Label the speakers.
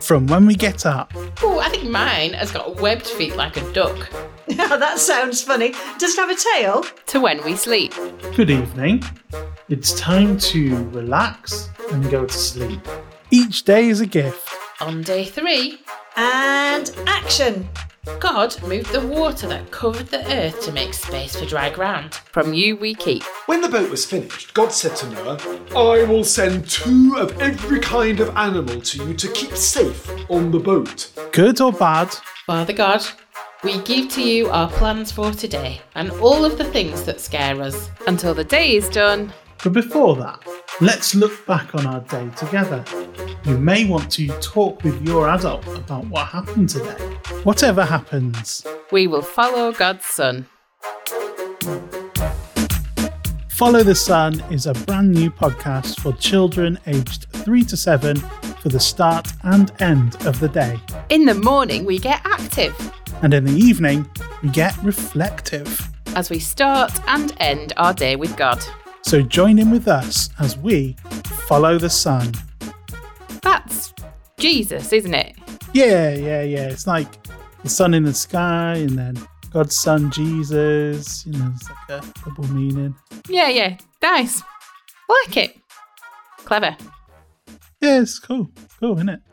Speaker 1: from when we get up.
Speaker 2: Oh, I think mine has got webbed feet like a duck.
Speaker 3: that sounds funny. Does it have a tail?
Speaker 2: To when we sleep.
Speaker 4: Good evening. It's time to relax and go to sleep.
Speaker 1: Each day is a gift.
Speaker 2: On day three,
Speaker 3: And action.
Speaker 2: God moved the water that covered the earth to make space for dry ground. From you we keep.
Speaker 5: When the boat was finished, God said to Noah, I will send two of every kind of animal to you to keep safe on the boat.
Speaker 1: Good or bad,
Speaker 2: Father God, we give to you our plans for today and all of the things that scare us.
Speaker 6: until the day is done.
Speaker 4: But before that, let's look back on our day together. You may want to talk with your adult about what happened today.
Speaker 1: whatever happens.
Speaker 6: We will follow God's Son.
Speaker 1: Follow the Sun is a brand new podcast for children aged 3 to 7 for the start and end of the day.
Speaker 6: In the morning, we get active
Speaker 1: And in the evening, we get reflective.
Speaker 6: as we start and end our day with God.
Speaker 1: So join in with us as we follow the sun.
Speaker 6: That's Jesus, isn't it?
Speaker 1: Yeah, yeah, yeah. It's like the sun in the sky and then God's son Jesus. You know, it's like a double meaning.
Speaker 6: Yeah, yeah. Nice. I like it. Clever.
Speaker 1: Yeah, it's cool. Cool, isn't it?